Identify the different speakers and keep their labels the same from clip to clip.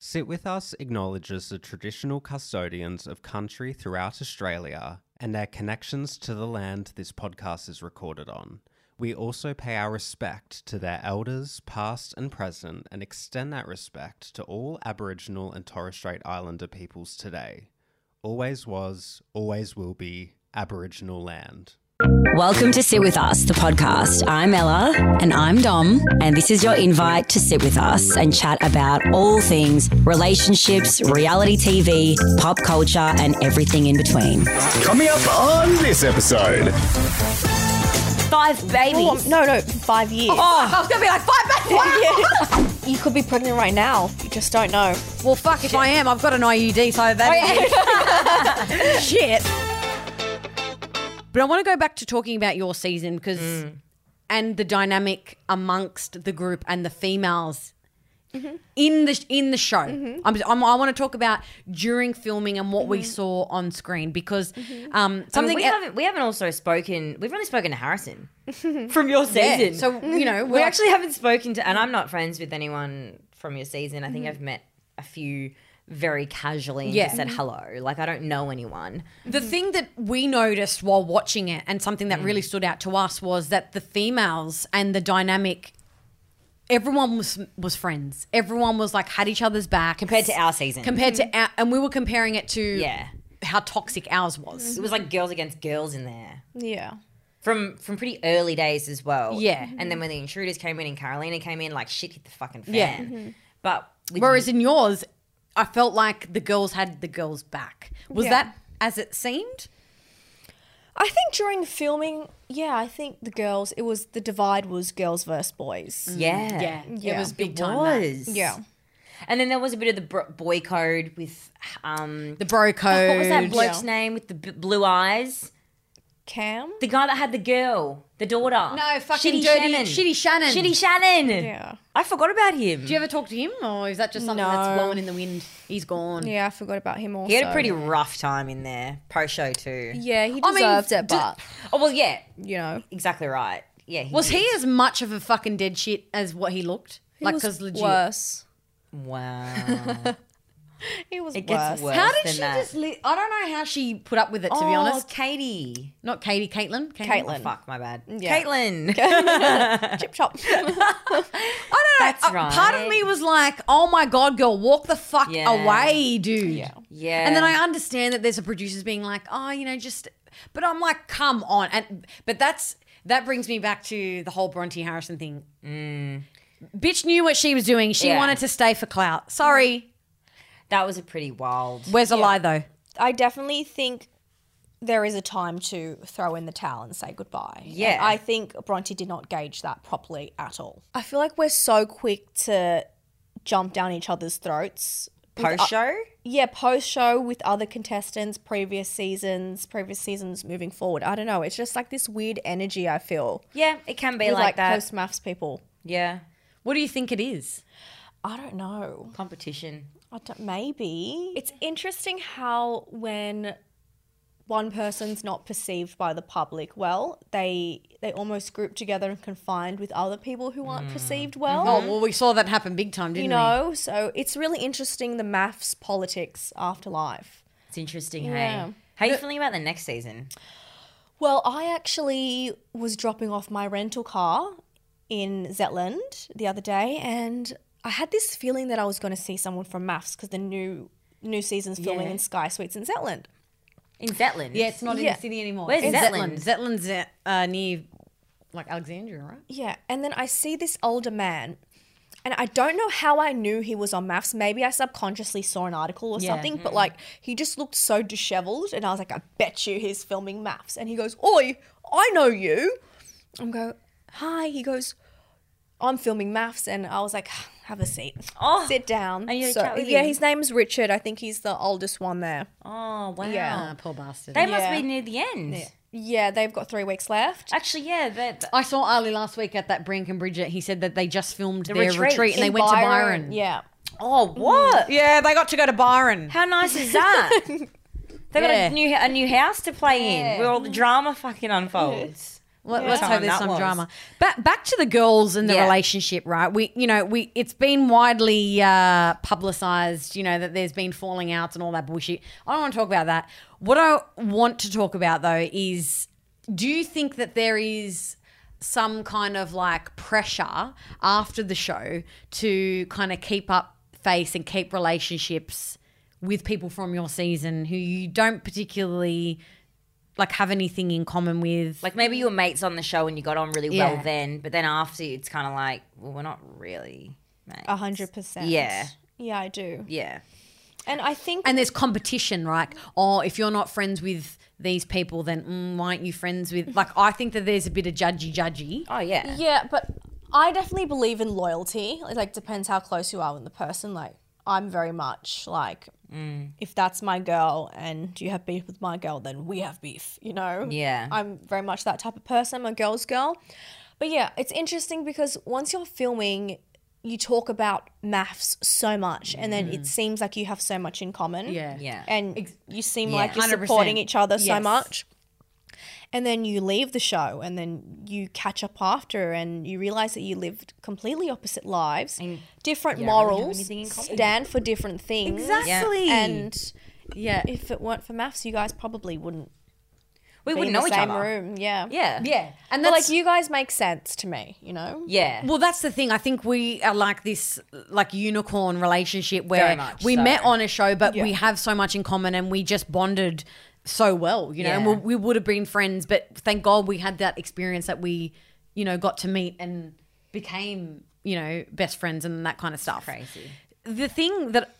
Speaker 1: Sit With Us acknowledges the traditional custodians of country throughout Australia and their connections to the land this podcast is recorded on. We also pay our respect to their elders, past and present, and extend that respect to all Aboriginal and Torres Strait Islander peoples today. Always was, always will be Aboriginal land.
Speaker 2: Welcome to Sit With Us, the podcast. I'm Ella. And I'm Dom.
Speaker 3: And this is your invite to sit with us and chat about all things relationships, reality TV, pop culture, and everything in between.
Speaker 4: Coming up on this episode.
Speaker 2: Five
Speaker 5: Oh,
Speaker 2: babies.
Speaker 5: no, no, for five years.
Speaker 2: Oh, I was going to be like, five babies.
Speaker 5: You could be pregnant right now. You just don't know.
Speaker 2: Well, fuck, if I am, I've got an IUD, so
Speaker 3: Oh,
Speaker 2: that is Shit. But I want to go back to talking about your season because,
Speaker 3: Mm.
Speaker 2: and the dynamic amongst the group and the females.
Speaker 3: Mm-hmm.
Speaker 2: In the in the show, I'm, I'm, I want to talk about during filming and what
Speaker 3: Mm-hmm.
Speaker 2: we saw on screen because um,
Speaker 3: Something
Speaker 2: something
Speaker 3: Mm-hmm. we, haven't, we haven't also spoken, we've only spoken to Harrison from your
Speaker 2: Yeah,
Speaker 3: season.
Speaker 2: So you know,
Speaker 3: we actually haven't spoken to, and I'm not friends with anyone from your season. I think I've met a few very casually and
Speaker 2: Mm-hmm. Yeah. Mm-hmm.
Speaker 3: just said hello. Like, I don't know anyone.
Speaker 2: The thing that we noticed while watching it and something that
Speaker 3: Mm.
Speaker 2: really stood out to us was that the females and the dynamic everyone was was friends. Everyone was like had each other's back
Speaker 3: Compared to our season.
Speaker 2: compared to our, and we were comparing it to
Speaker 3: Yeah.
Speaker 2: how toxic ours was.
Speaker 3: It was like girls against girls in there.
Speaker 5: Yeah.
Speaker 3: from from pretty early days as well.
Speaker 2: Yeah.
Speaker 3: And then when the intruders came in and Carolina came in, like shit hit the fucking fan.
Speaker 2: Yeah. Mm-hmm.
Speaker 3: But with
Speaker 2: Whereas in yours I felt like the girls had the girls back. Was
Speaker 5: Yeah.
Speaker 2: that as it seemed?
Speaker 5: I think during filming, yeah, I think the girls, it was the divide was girls versus boys.
Speaker 3: yeah,
Speaker 2: It
Speaker 5: Yeah.
Speaker 2: was big
Speaker 3: It
Speaker 2: time. that.
Speaker 3: was. And then there was a bit of the bro- boy code with um
Speaker 2: The bro code.
Speaker 3: what was that bloke's
Speaker 5: Yeah.
Speaker 3: name with the b- blue eyes?
Speaker 5: Cam?
Speaker 3: The guy that had the girl, the daughter.
Speaker 2: No, fucking dirty- shitty Shannon.
Speaker 3: Shitty Shannon.
Speaker 5: Yeah.
Speaker 3: I forgot about him.
Speaker 2: Do you ever talk to him or is that just something
Speaker 5: No.
Speaker 2: that's blowing in the wind? He's gone.
Speaker 5: Yeah, I forgot about him also.
Speaker 3: he had a pretty rough time in there, post show too.
Speaker 5: Yeah, he
Speaker 2: I mean,
Speaker 5: deserved
Speaker 2: d-
Speaker 5: it, but,
Speaker 3: Oh well, yeah,
Speaker 5: you know.
Speaker 3: exactly right. Yeah, he
Speaker 2: Was
Speaker 3: did.
Speaker 2: he as much of a fucking dead shit as what he looked?
Speaker 5: He
Speaker 2: like,
Speaker 5: was
Speaker 2: because legit.
Speaker 5: worse.
Speaker 3: Wow,
Speaker 5: He was
Speaker 3: it
Speaker 5: worse.
Speaker 3: gets worse.
Speaker 2: How did
Speaker 3: than
Speaker 2: she
Speaker 3: that.
Speaker 2: just? Li- I don't know how she put up with it. To be
Speaker 3: Oh,
Speaker 2: honest,
Speaker 3: Katie.
Speaker 2: not Katie, Caitlin,
Speaker 5: Caitlin.
Speaker 3: Oh, Fuck, my bad.
Speaker 5: Yeah.
Speaker 3: Caitlin.
Speaker 5: Chip chop.
Speaker 2: I don't know.
Speaker 3: That's
Speaker 2: uh, Part of
Speaker 3: right.
Speaker 2: me was like, "Oh my god, girl, walk the fuck
Speaker 3: Yeah.
Speaker 2: away, dude."
Speaker 5: Yeah.
Speaker 3: yeah.
Speaker 2: And then I understand that there's a producers being like, "Oh, you know, just," but I'm like, "Come on!" And but that's that brings me back to the whole Bronte Harrison thing. Bitch knew what she was doing. She
Speaker 3: Mm. Yeah.
Speaker 2: wanted to stay for clout. Sorry.
Speaker 3: That was a pretty wild.
Speaker 2: Where's the lie though?
Speaker 5: I definitely think there is a time to throw in the towel and say goodbye. And
Speaker 3: Yeah.
Speaker 5: I think Bronte did not gauge that properly at all. I feel like we're so quick to jump down each other's throats.
Speaker 2: uh,
Speaker 3: Post show?
Speaker 5: Yeah, post show with other contestants, previous seasons, previous seasons moving forward. I don't know. It's just like this weird energy I feel.
Speaker 3: Yeah, it can be
Speaker 5: with,
Speaker 3: like,
Speaker 5: like
Speaker 3: that.
Speaker 5: post maths people.
Speaker 3: yeah.
Speaker 2: What do you think it is?
Speaker 5: I don't know.
Speaker 3: Competition.
Speaker 5: I don't, maybe. It's interesting how when one person's not perceived by the public well, they they almost group together and confined with other people who aren't perceived well.
Speaker 2: Oh well, we saw that happen big time, didn't
Speaker 5: You know, so it's really interesting the maths politics afterlife.
Speaker 3: It's interesting,
Speaker 5: Yeah.
Speaker 3: hey. How are you feeling about the next season?
Speaker 5: Well, I actually was dropping off my rental car in Zetland the other day, and I had this feeling that I was going to see someone from maths because the new new season's filming
Speaker 3: Yeah.
Speaker 5: in Sky Suites in Zetland.
Speaker 3: In Zetland.
Speaker 2: we? Yeah, it's not in
Speaker 5: Yeah.
Speaker 2: the city anymore.
Speaker 3: Where's
Speaker 2: It's
Speaker 3: Zetland?
Speaker 2: Zetland? Zetland's uh, near like Alexandria, right?
Speaker 5: Yeah, and then I see this older man, and I don't know how I knew he was on maths. Maybe I subconsciously saw an article or
Speaker 2: Yeah.
Speaker 5: something, but like he just looked so disheveled, and I was like, I bet you he's filming maths. And he goes, Oi, I know you. I'm go, Hi. He goes, I'm filming maths, and I was like, Have a seat,
Speaker 3: Oh,
Speaker 5: sit down.
Speaker 3: are you gonna
Speaker 5: So-
Speaker 3: chat with
Speaker 5: yeah,
Speaker 3: him?
Speaker 5: his name's Richard. I think he's the oldest one there.
Speaker 3: Oh, wow.
Speaker 5: Yeah.
Speaker 2: Ah, poor bastard.
Speaker 3: They must
Speaker 5: Yeah.
Speaker 3: be near the end.
Speaker 5: Yeah, they've got three weeks left.
Speaker 3: Actually, yeah. But,
Speaker 2: I saw Ali last week at that Brink and Bridget. He said that they just filmed their retreat,
Speaker 3: retreat.
Speaker 2: and they
Speaker 5: In
Speaker 2: went to Byron.
Speaker 5: Yeah.
Speaker 3: oh, what?
Speaker 2: Yeah, they got to go to Byron.
Speaker 3: How nice is that? they got
Speaker 2: Yeah.
Speaker 3: a new a new house to play in where all the drama fucking unfolds.
Speaker 2: Let, us
Speaker 3: Time
Speaker 2: hope there's
Speaker 3: that
Speaker 2: some
Speaker 3: was.
Speaker 2: drama. But back to the girls and the
Speaker 3: Yeah.
Speaker 2: relationship, right? We, you know, we it's been widely uh, publicized, you know, that there's been falling outs and all that bullshit. I don't want to talk about that. What I want to talk about though is, do you think that there is some kind of like pressure after the show to kind of keep up face and keep relationships with people from your season who you don't particularly like have anything in common with
Speaker 3: Like maybe you were mates on the show and you got on really
Speaker 2: Yeah.
Speaker 3: well then, but then after it's kind of like, well, we're not really mates.
Speaker 5: A hundred percent.
Speaker 3: Yeah.
Speaker 5: Yeah, I do.
Speaker 3: Yeah.
Speaker 5: And I think
Speaker 2: and there's competition like oh if you're not friends with these people then mm, why aren't you friends with like i think that there's a bit of judgy judgy
Speaker 3: Oh yeah.
Speaker 5: Yeah, but I definitely believe in loyalty. It like depends how close you are with the person. Like I'm very much like if that's my girl and you have beef with my girl, then we have beef, you know?
Speaker 3: Yeah.
Speaker 5: I'm very much that type of person. I'm a girl's girl. But yeah, it's interesting because once you're filming you talk about maths so much and then it seems like you have so much in common.
Speaker 2: Yeah.
Speaker 3: Yeah.
Speaker 5: And you seem
Speaker 3: Yeah.
Speaker 5: like you're
Speaker 2: 100%.
Speaker 5: supporting each other so
Speaker 2: Yes.
Speaker 5: much and then you leave the show and then you catch up after and you realize that you lived completely opposite lives different morals
Speaker 3: anything in common.
Speaker 5: stand for different things
Speaker 2: exactly
Speaker 5: and
Speaker 2: yeah
Speaker 5: if it weren't for maths you guys probably wouldn't
Speaker 3: We
Speaker 5: be
Speaker 3: wouldn't
Speaker 5: in
Speaker 3: know
Speaker 5: the
Speaker 3: each
Speaker 5: same
Speaker 3: other.
Speaker 5: room yeah
Speaker 3: Yeah.
Speaker 2: yeah and
Speaker 5: but
Speaker 2: that's
Speaker 5: like you guys make sense to me you know
Speaker 3: Yeah.
Speaker 2: Well, that's the thing. I think we are like this, like unicorn relationship
Speaker 3: Very
Speaker 2: where
Speaker 3: much
Speaker 2: we
Speaker 3: so.
Speaker 2: met on a show, but we have so much in common, and we just bonded so well, you know. And
Speaker 3: Yeah.
Speaker 2: we, we would have been friends, but thank God we had that experience that we, you know, got to meet and became, you know, best friends and that kind of stuff.
Speaker 3: Crazy.
Speaker 2: The thing that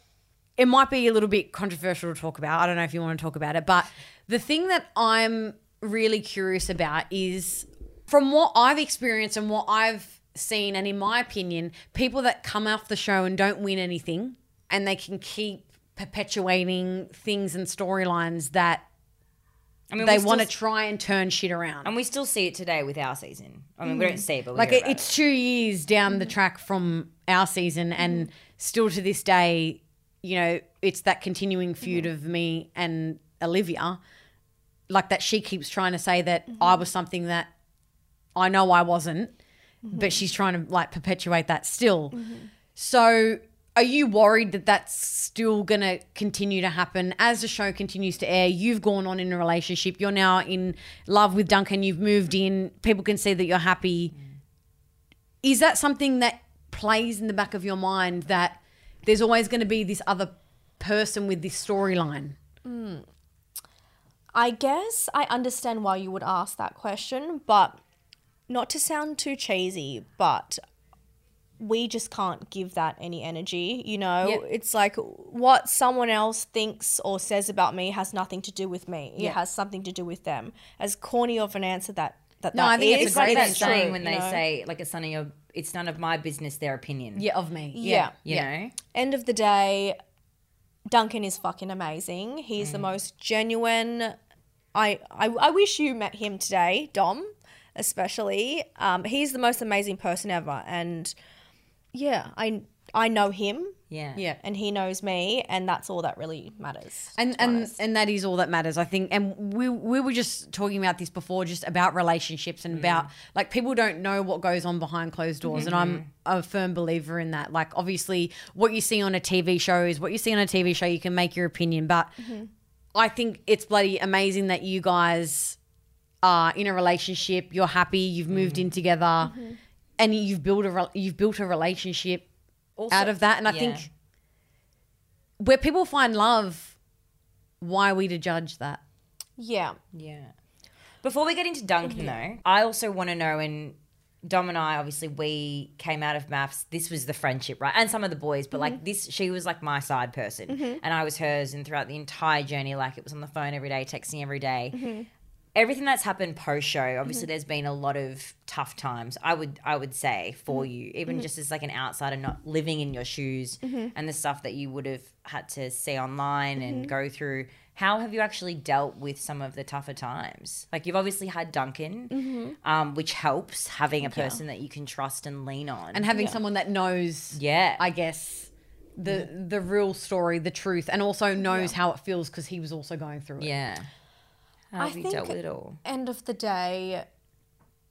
Speaker 2: it might be a little bit controversial to talk about. I don't know if you want to talk about it, but the thing that I'm really curious about is from what I've experienced and what I've seen, and in my opinion, people that come off the show and don't win anything and they can keep perpetuating things and storylines that
Speaker 3: I mean,
Speaker 2: they
Speaker 3: we
Speaker 2: want to
Speaker 3: still-
Speaker 2: try and turn shit around.
Speaker 3: and we still see it today with our season. I mean, we don't see it, but we
Speaker 2: like
Speaker 3: hear
Speaker 2: it,
Speaker 3: about
Speaker 2: it's two years down the track from our season and still to this day you know it's that continuing feud of me and olivia like that she keeps trying to say that i was something that i know i wasn't but she's trying to like perpetuate that still so are you worried that that's still going to continue to happen as the show continues to air? You've gone on in a relationship. You're now in love with Duncan. You've moved in. People can see that you're happy is that something that plays in the back of your mind that there's always going to be this other person with this storyline?
Speaker 5: I guess I understand why you would ask that question, but not to sound too cheesy, but we just can't give that any energy, you know? It's like what someone else thinks or says about me has nothing to do with me. It has something to do with them. As corny of an answer that that,
Speaker 2: No, I
Speaker 5: that
Speaker 2: think
Speaker 5: is,
Speaker 2: it's
Speaker 3: It's
Speaker 2: a
Speaker 3: like
Speaker 2: great
Speaker 3: that
Speaker 2: answer.
Speaker 3: saying
Speaker 5: true,
Speaker 3: when
Speaker 5: you
Speaker 3: they
Speaker 5: know?
Speaker 3: say, like, it's none of your, it's none of my business, their opinion.
Speaker 2: Yeah, of me.
Speaker 5: Yeah.
Speaker 3: You know?
Speaker 5: end of the day, Duncan is fucking amazing. He's the most genuine. I, I I wish you met him today, Dom, especially. Um, he's the most amazing person ever, and yeah, I I know him,
Speaker 3: Yeah.
Speaker 2: Yeah.
Speaker 5: and he knows me, and that's all that really matters.
Speaker 2: and and and that is all that matters i think and we we were just talking about this before just about relationships and about like people don't know what goes on behind closed doors and i'm a firm believer in that like obviously what you see on a tv show is what you see on a tv show you can make your opinion but i think it's bloody amazing that you guys are in a relationship you're happy you've moved
Speaker 3: Mm.
Speaker 2: in together
Speaker 3: Mm-hmm.
Speaker 2: and you've built a re- you've built a relationship out of that and i
Speaker 3: yeah.
Speaker 2: think where people find love why are we to judge that?
Speaker 5: yeah,
Speaker 3: Yeah. Before we get into
Speaker 2: Mm-hmm.
Speaker 3: Duncan, though, I also want to know, and Dom and I, obviously, we came out of maths. This was the friendship, right? And some of the boys, but
Speaker 2: Mm-hmm.
Speaker 3: like this, she was like my side person, and I was hers. And throughout the entire journey, like it was on the phone every day, texting every
Speaker 2: Mm-hmm.
Speaker 3: day. Everything that's happened post show, obviously, there's been a lot of tough times. I would, I would say for
Speaker 2: Mm-hmm.
Speaker 3: you, even just as like an outsider, not living in your shoes,
Speaker 2: Mm-hmm.
Speaker 3: and the stuff that you would have had to see online and go through. How have you actually dealt with some of the tougher times? Like you've obviously had Duncan,
Speaker 2: Mm-hmm.
Speaker 3: um, which helps having a person that you can trust and lean on.
Speaker 2: And having someone that knows,
Speaker 3: yeah,
Speaker 2: I guess, the the real story, the truth, and also knows how it feels because he was also going through it.
Speaker 3: yeah. How
Speaker 5: I
Speaker 3: have you dealt
Speaker 5: think-
Speaker 3: with it all?
Speaker 5: end of the day,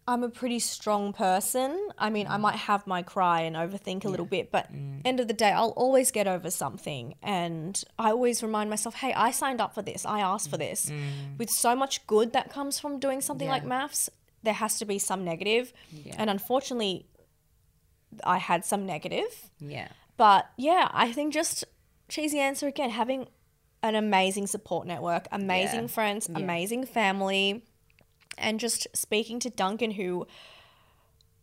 Speaker 5: I'm a pretty strong person. I mean, I might have my cry and overthink a little bit, but end of the day, I'll always get over something. And I always remind myself, hey, I signed up for this. I asked for this. With so much good that comes from doing something like maths, there has to be some negative. And unfortunately, I had some negative.
Speaker 3: Yeah.
Speaker 5: But yeah, I think just cheesy answer again, having an amazing support network, amazing friends, amazing family, and just speaking to Duncan, who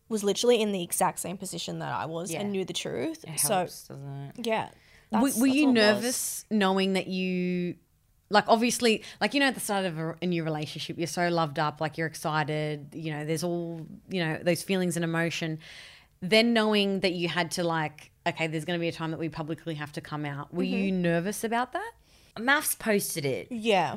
Speaker 5: was literally in the exact same position that I was and knew the truth.
Speaker 2: Oh.
Speaker 5: so
Speaker 3: Helps, doesn't it?
Speaker 5: yeah,
Speaker 2: Were,
Speaker 5: that's-
Speaker 2: were
Speaker 5: that's all
Speaker 2: you
Speaker 5: it was.
Speaker 2: nervous knowing that you, like, obviously, like, you know, at the start of a, a new relationship, you're so loved up, like, you're excited, you know, there's all, you know, those feelings and emotion. Then knowing that you had to, like, okay, there's going to be a time that we publicly have to come out, were you nervous about that?
Speaker 3: Maths posted it.
Speaker 5: Yeah.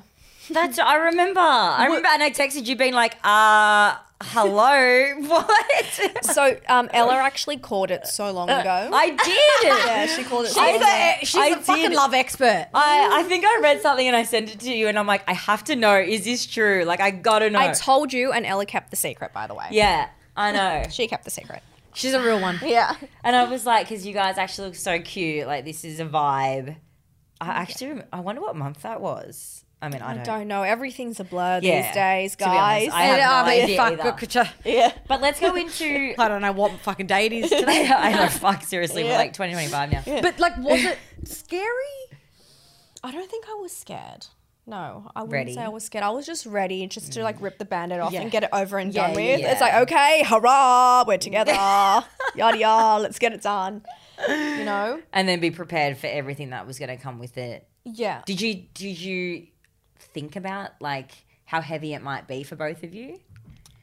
Speaker 3: That's I remember. I remember, and I texted you being like, "Uh, hello, what?"
Speaker 5: So um, Ella actually called it so long ago.
Speaker 3: Uh, I did.
Speaker 5: yeah, she called it. so long
Speaker 3: She's
Speaker 5: ago.
Speaker 3: a, she's a fucking love expert. I, I think I read something and I sent it to you, and I'm like, I have to know. Is this true? Like, I gotta know.
Speaker 5: I told you, and Ella kept the secret. By the way,
Speaker 3: yeah, I know.
Speaker 5: she kept the secret.
Speaker 2: She's a real one.
Speaker 5: Yeah.
Speaker 3: And I was like, because you guys actually look so cute. Like, this is a vibe. I actually, rem- I wonder what month that was. I mean, I don't.
Speaker 5: Don't know. Everything's a blur
Speaker 3: Yeah,
Speaker 5: these days,
Speaker 3: to be honest,
Speaker 5: guys.
Speaker 3: I have
Speaker 2: Yeah,
Speaker 3: no
Speaker 2: I mean,
Speaker 3: idea
Speaker 2: fuck,
Speaker 3: either.
Speaker 2: look at ya.
Speaker 3: But let's go into.
Speaker 2: I don't know what fucking date it is today.
Speaker 3: I know. Fuck, seriously, we're like 2025 now.
Speaker 2: But like, was it scary?
Speaker 5: I don't think I was scared. No, I wouldn't
Speaker 3: Ready.
Speaker 5: say I was scared. I was just ready just to like rip the bandit off and get it over and done
Speaker 3: yeah,
Speaker 5: with. It's
Speaker 3: yeah.
Speaker 5: like, okay, hurrah, we're together. yada yada, let's get it done. You know?
Speaker 3: And then be prepared for everything that was going to come with it.
Speaker 5: Yeah.
Speaker 3: Did you did you think about like how heavy it might be for both of you?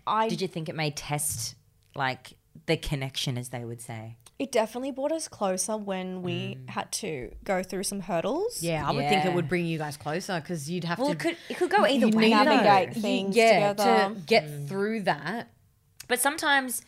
Speaker 5: I
Speaker 3: Did you think it may test like the connection, as they would say?
Speaker 5: it definitely brought us closer when we had to go through some hurdles.
Speaker 2: Yeah, I would think it
Speaker 3: Yeah.
Speaker 2: would bring you guys closer because you'd have
Speaker 3: Well,
Speaker 2: to
Speaker 3: it could it could go either
Speaker 2: you
Speaker 3: way.
Speaker 2: need
Speaker 3: though.
Speaker 5: Navigate
Speaker 2: you-
Speaker 5: things
Speaker 2: yeah,
Speaker 5: together.
Speaker 2: to get through that.
Speaker 3: But sometimes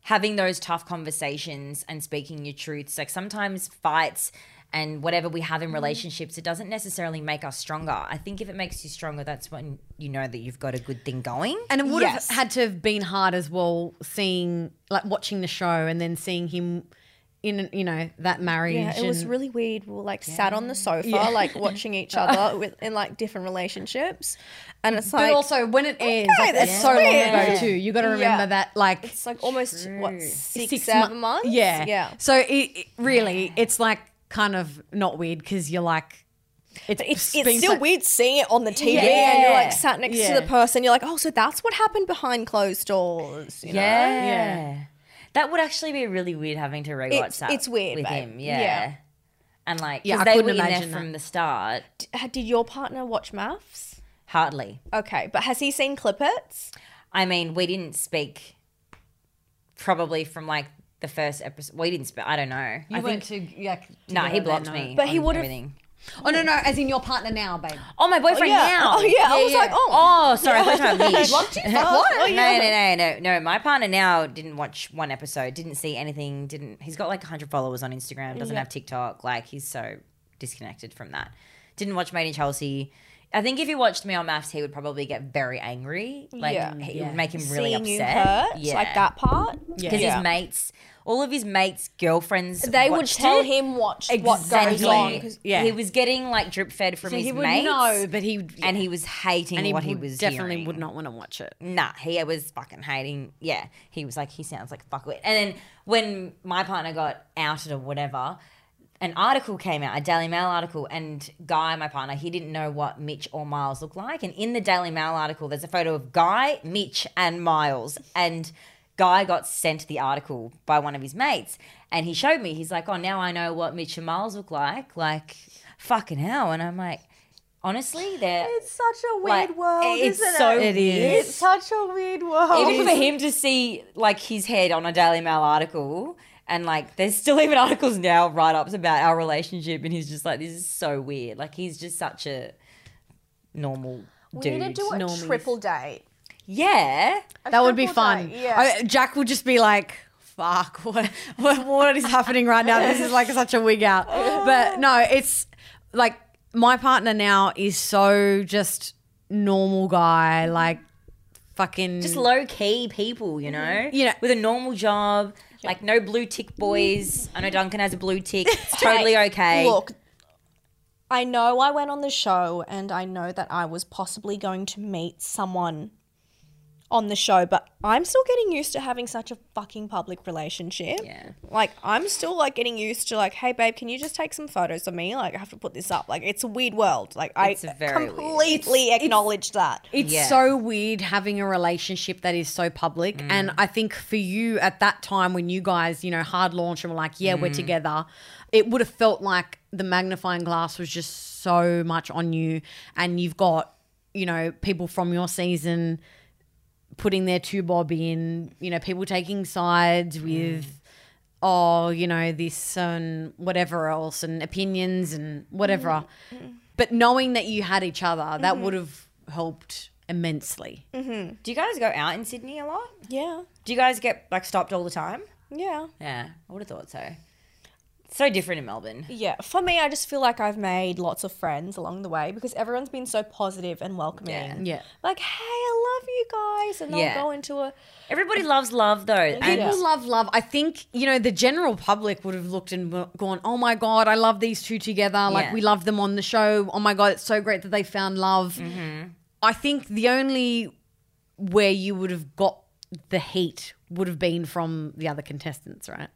Speaker 3: having those tough conversations and speaking your truths, like sometimes fights and whatever we have in relationships, it doesn't necessarily make us stronger. I think if it makes you stronger, that's when you know that you've got a good thing going.
Speaker 2: And it would
Speaker 5: Yes.
Speaker 2: have had to have been hard as well, seeing like watching the show and then seeing him in you know that marriage.
Speaker 5: Yeah, it was
Speaker 2: and-
Speaker 5: really weird. We were like sat on the sofa, like watching each other with, in like different relationships. And it's
Speaker 2: But
Speaker 5: like
Speaker 2: also when it airs, like,
Speaker 5: that's
Speaker 2: it's so long ago
Speaker 5: weird.
Speaker 2: too. You got to remember
Speaker 5: Yeah.
Speaker 2: that like
Speaker 5: it's like almost what six,
Speaker 2: six
Speaker 5: seven
Speaker 2: mon-
Speaker 5: months.
Speaker 2: Yeah,
Speaker 5: yeah.
Speaker 2: So it, it- really, it's like kind of not weird because you're like, it's
Speaker 5: it's
Speaker 2: been
Speaker 5: still
Speaker 2: so-
Speaker 5: weird seeing it on the TV and you're
Speaker 3: Yeah.
Speaker 5: like sat next
Speaker 2: Yeah.
Speaker 5: to the person. You're like, oh, so that's what happened behind closed doors. You know?
Speaker 3: Yeah. That would actually be really weird having to rewatch
Speaker 5: It's-
Speaker 3: that.
Speaker 5: it's weird,
Speaker 3: with
Speaker 5: babe.
Speaker 3: him. Yeah.
Speaker 5: Yeah.
Speaker 3: And like,
Speaker 2: Yeah,
Speaker 3: yeah,
Speaker 2: I
Speaker 3: they
Speaker 2: couldn't
Speaker 3: were in there
Speaker 2: imagine that.
Speaker 3: from the start.
Speaker 5: Ha- Did your partner watch maths?
Speaker 3: Hardly.
Speaker 5: Okay, but has he seen Clippets?
Speaker 3: I mean, we didn't speak. Probably from like the first episode. We didn't speak. I don't know.
Speaker 2: You
Speaker 3: I
Speaker 2: went to yeah.
Speaker 3: No, he
Speaker 2: together
Speaker 3: blocked
Speaker 2: that night.
Speaker 3: me.
Speaker 5: But he
Speaker 3: on
Speaker 5: would've-
Speaker 3: everything.
Speaker 2: Oh no, no, as in your partner now, babe.
Speaker 3: Oh, my boyfriend
Speaker 5: yeah.
Speaker 3: now.
Speaker 5: Oh yeah, I was
Speaker 2: yeah.
Speaker 5: like, oh,
Speaker 3: Oh, sorry. I thought you were me.
Speaker 5: what? Oh,
Speaker 3: No,
Speaker 5: yeah.
Speaker 3: no, no, no, no. My partner now didn't watch one episode, didn't see anything, didn't. He's got like 100 followers on Instagram, doesn't have TikTok. Like, he's so disconnected from that. Didn't watch Made in Chelsea. I think if he watched me on maths, he would probably get very angry. Like,
Speaker 5: Yeah.
Speaker 3: he- it would make him really
Speaker 5: Seeing you
Speaker 3: upset.
Speaker 5: hurt, like that part.
Speaker 3: Because his mates, all of his mates' girlfriends,
Speaker 5: they would
Speaker 3: watched
Speaker 5: tell
Speaker 3: it.
Speaker 5: him what what
Speaker 3: And
Speaker 5: goes
Speaker 3: he-
Speaker 5: on. 'cause-
Speaker 2: yeah.
Speaker 3: He was getting like drip fed from his
Speaker 2: he would
Speaker 3: mates.
Speaker 2: know, but he
Speaker 3: and he was hating
Speaker 2: and he
Speaker 3: what he
Speaker 2: would-
Speaker 3: was
Speaker 2: definitely
Speaker 3: hearing.
Speaker 2: would not want to watch it.
Speaker 3: nah, he was fucking hating. Yeah, he was like, he sounds like fuckwit. And then when my partner got outed or whatever, an article came out, a Daily Mail article, and Guy, my partner, he didn't know what Mitch or Miles looked like. And in the Daily Mail article, there's a photo of Guy, Mitch, and Miles. And Guy got sent the article by one of his mates, and he showed me. He's like, "Oh, now I know what Mitch and Miles look like." Like, fucking hell! And I'm like, honestly, they're
Speaker 5: It's such a weird
Speaker 3: Like,
Speaker 5: world,
Speaker 3: it's
Speaker 5: isn't
Speaker 3: so
Speaker 5: it?
Speaker 3: It is.
Speaker 5: It's such a weird world.
Speaker 3: even for him to see like his head on a Daily Mail article, and like there's still even articles now, write ups about our relationship, and he's just like, this is so weird. Like he's just such a normal
Speaker 5: we
Speaker 3: dude.
Speaker 5: need to Um, do a
Speaker 2: normies.
Speaker 5: triple date.
Speaker 3: yeah,
Speaker 2: that would be
Speaker 5: triple
Speaker 2: fun.
Speaker 5: date, yeah.
Speaker 2: I- Jack would just be like, "Fuck, what, what, what is happening right now? This is like such a wig out." But no, it's like my partner now is so just normal guy, like fucking
Speaker 3: just low key people, you
Speaker 5: Mm-hmm.
Speaker 3: know?
Speaker 2: You know-
Speaker 3: with a normal job, like no blue tick boys. I know Duncan has a blue tick. It's totally okay.
Speaker 5: Look, I know I went on the show and I know that I was possibly going to meet someone on the show, but I'm still getting used to having such a fucking public relationship.
Speaker 3: Yeah.
Speaker 5: Like I'm still like getting used to like, hey babe, can you just take some photos of me? Like I have to put this up. Like it's a weird world. Like
Speaker 3: It's
Speaker 5: I
Speaker 3: very weird.
Speaker 5: completely acknowledge that.
Speaker 2: It's
Speaker 3: Yeah.
Speaker 2: so weird having a relationship that is so public. And I think for you at that time when you guys, you know, hard launch and were like, yeah, we're together, it would have felt like the magnifying glass was just so much on you. And you've got, you know, people from your season putting their two bob in, you know, people taking sides with. Oh, you know, this and whatever else, and opinions and whatever but knowing that you had each other that
Speaker 3: Mm-hmm.
Speaker 2: would have helped immensely
Speaker 3: Do you guys go out in Sydney a lot?
Speaker 5: Yeah.
Speaker 3: Do you guys get like stopped all the time?
Speaker 5: Yeah.
Speaker 3: Yeah, I would have thought so. So different in Melbourne.
Speaker 5: Yeah, for me, I just feel like I've made lots of friends along the way because everyone's been so positive and welcoming.
Speaker 3: Yeah.
Speaker 2: yeah
Speaker 5: Like, hey, I love you guys, and
Speaker 3: Yeah.
Speaker 5: they'll go into a
Speaker 3: Everybody loves love though. And
Speaker 2: people love love i think you know the general public would have looked and w- gone oh my god i love these two together like
Speaker 3: Yeah.
Speaker 2: we love them on the show oh my god it's so great that they found love
Speaker 3: Mm-hmm.
Speaker 2: i think the only where you would have got the heat would have been from the other contestants right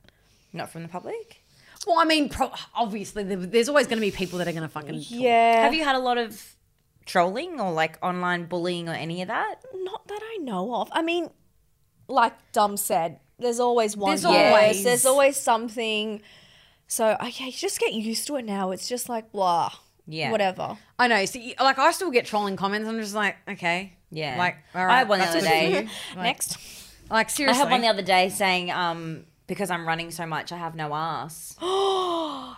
Speaker 3: not from the public.
Speaker 2: well i mean pro- obviously there- there's always going to be people that are going to fucking
Speaker 5: yeah.
Speaker 3: Have you had a lot of trolling or like online bullying or any of that?
Speaker 5: Not that I know of. I mean, like Dum said, there's always one.
Speaker 2: There's
Speaker 5: voice,
Speaker 2: always-
Speaker 5: there's always something. So okay, you just get used to it now. It's just like blah.
Speaker 3: Yeah.
Speaker 5: Whatever.
Speaker 2: I know. So, you- like, I still get trolling comments. I'm just like, okay,
Speaker 3: Yeah.
Speaker 2: Like, all
Speaker 3: I
Speaker 2: right,
Speaker 3: had one the
Speaker 2: that's
Speaker 3: other
Speaker 2: what it
Speaker 3: day.
Speaker 2: is.
Speaker 5: Next.
Speaker 2: Like,
Speaker 3: I
Speaker 2: seriously,
Speaker 3: had one the other day saying, um, because I'm running so much, I have no ass.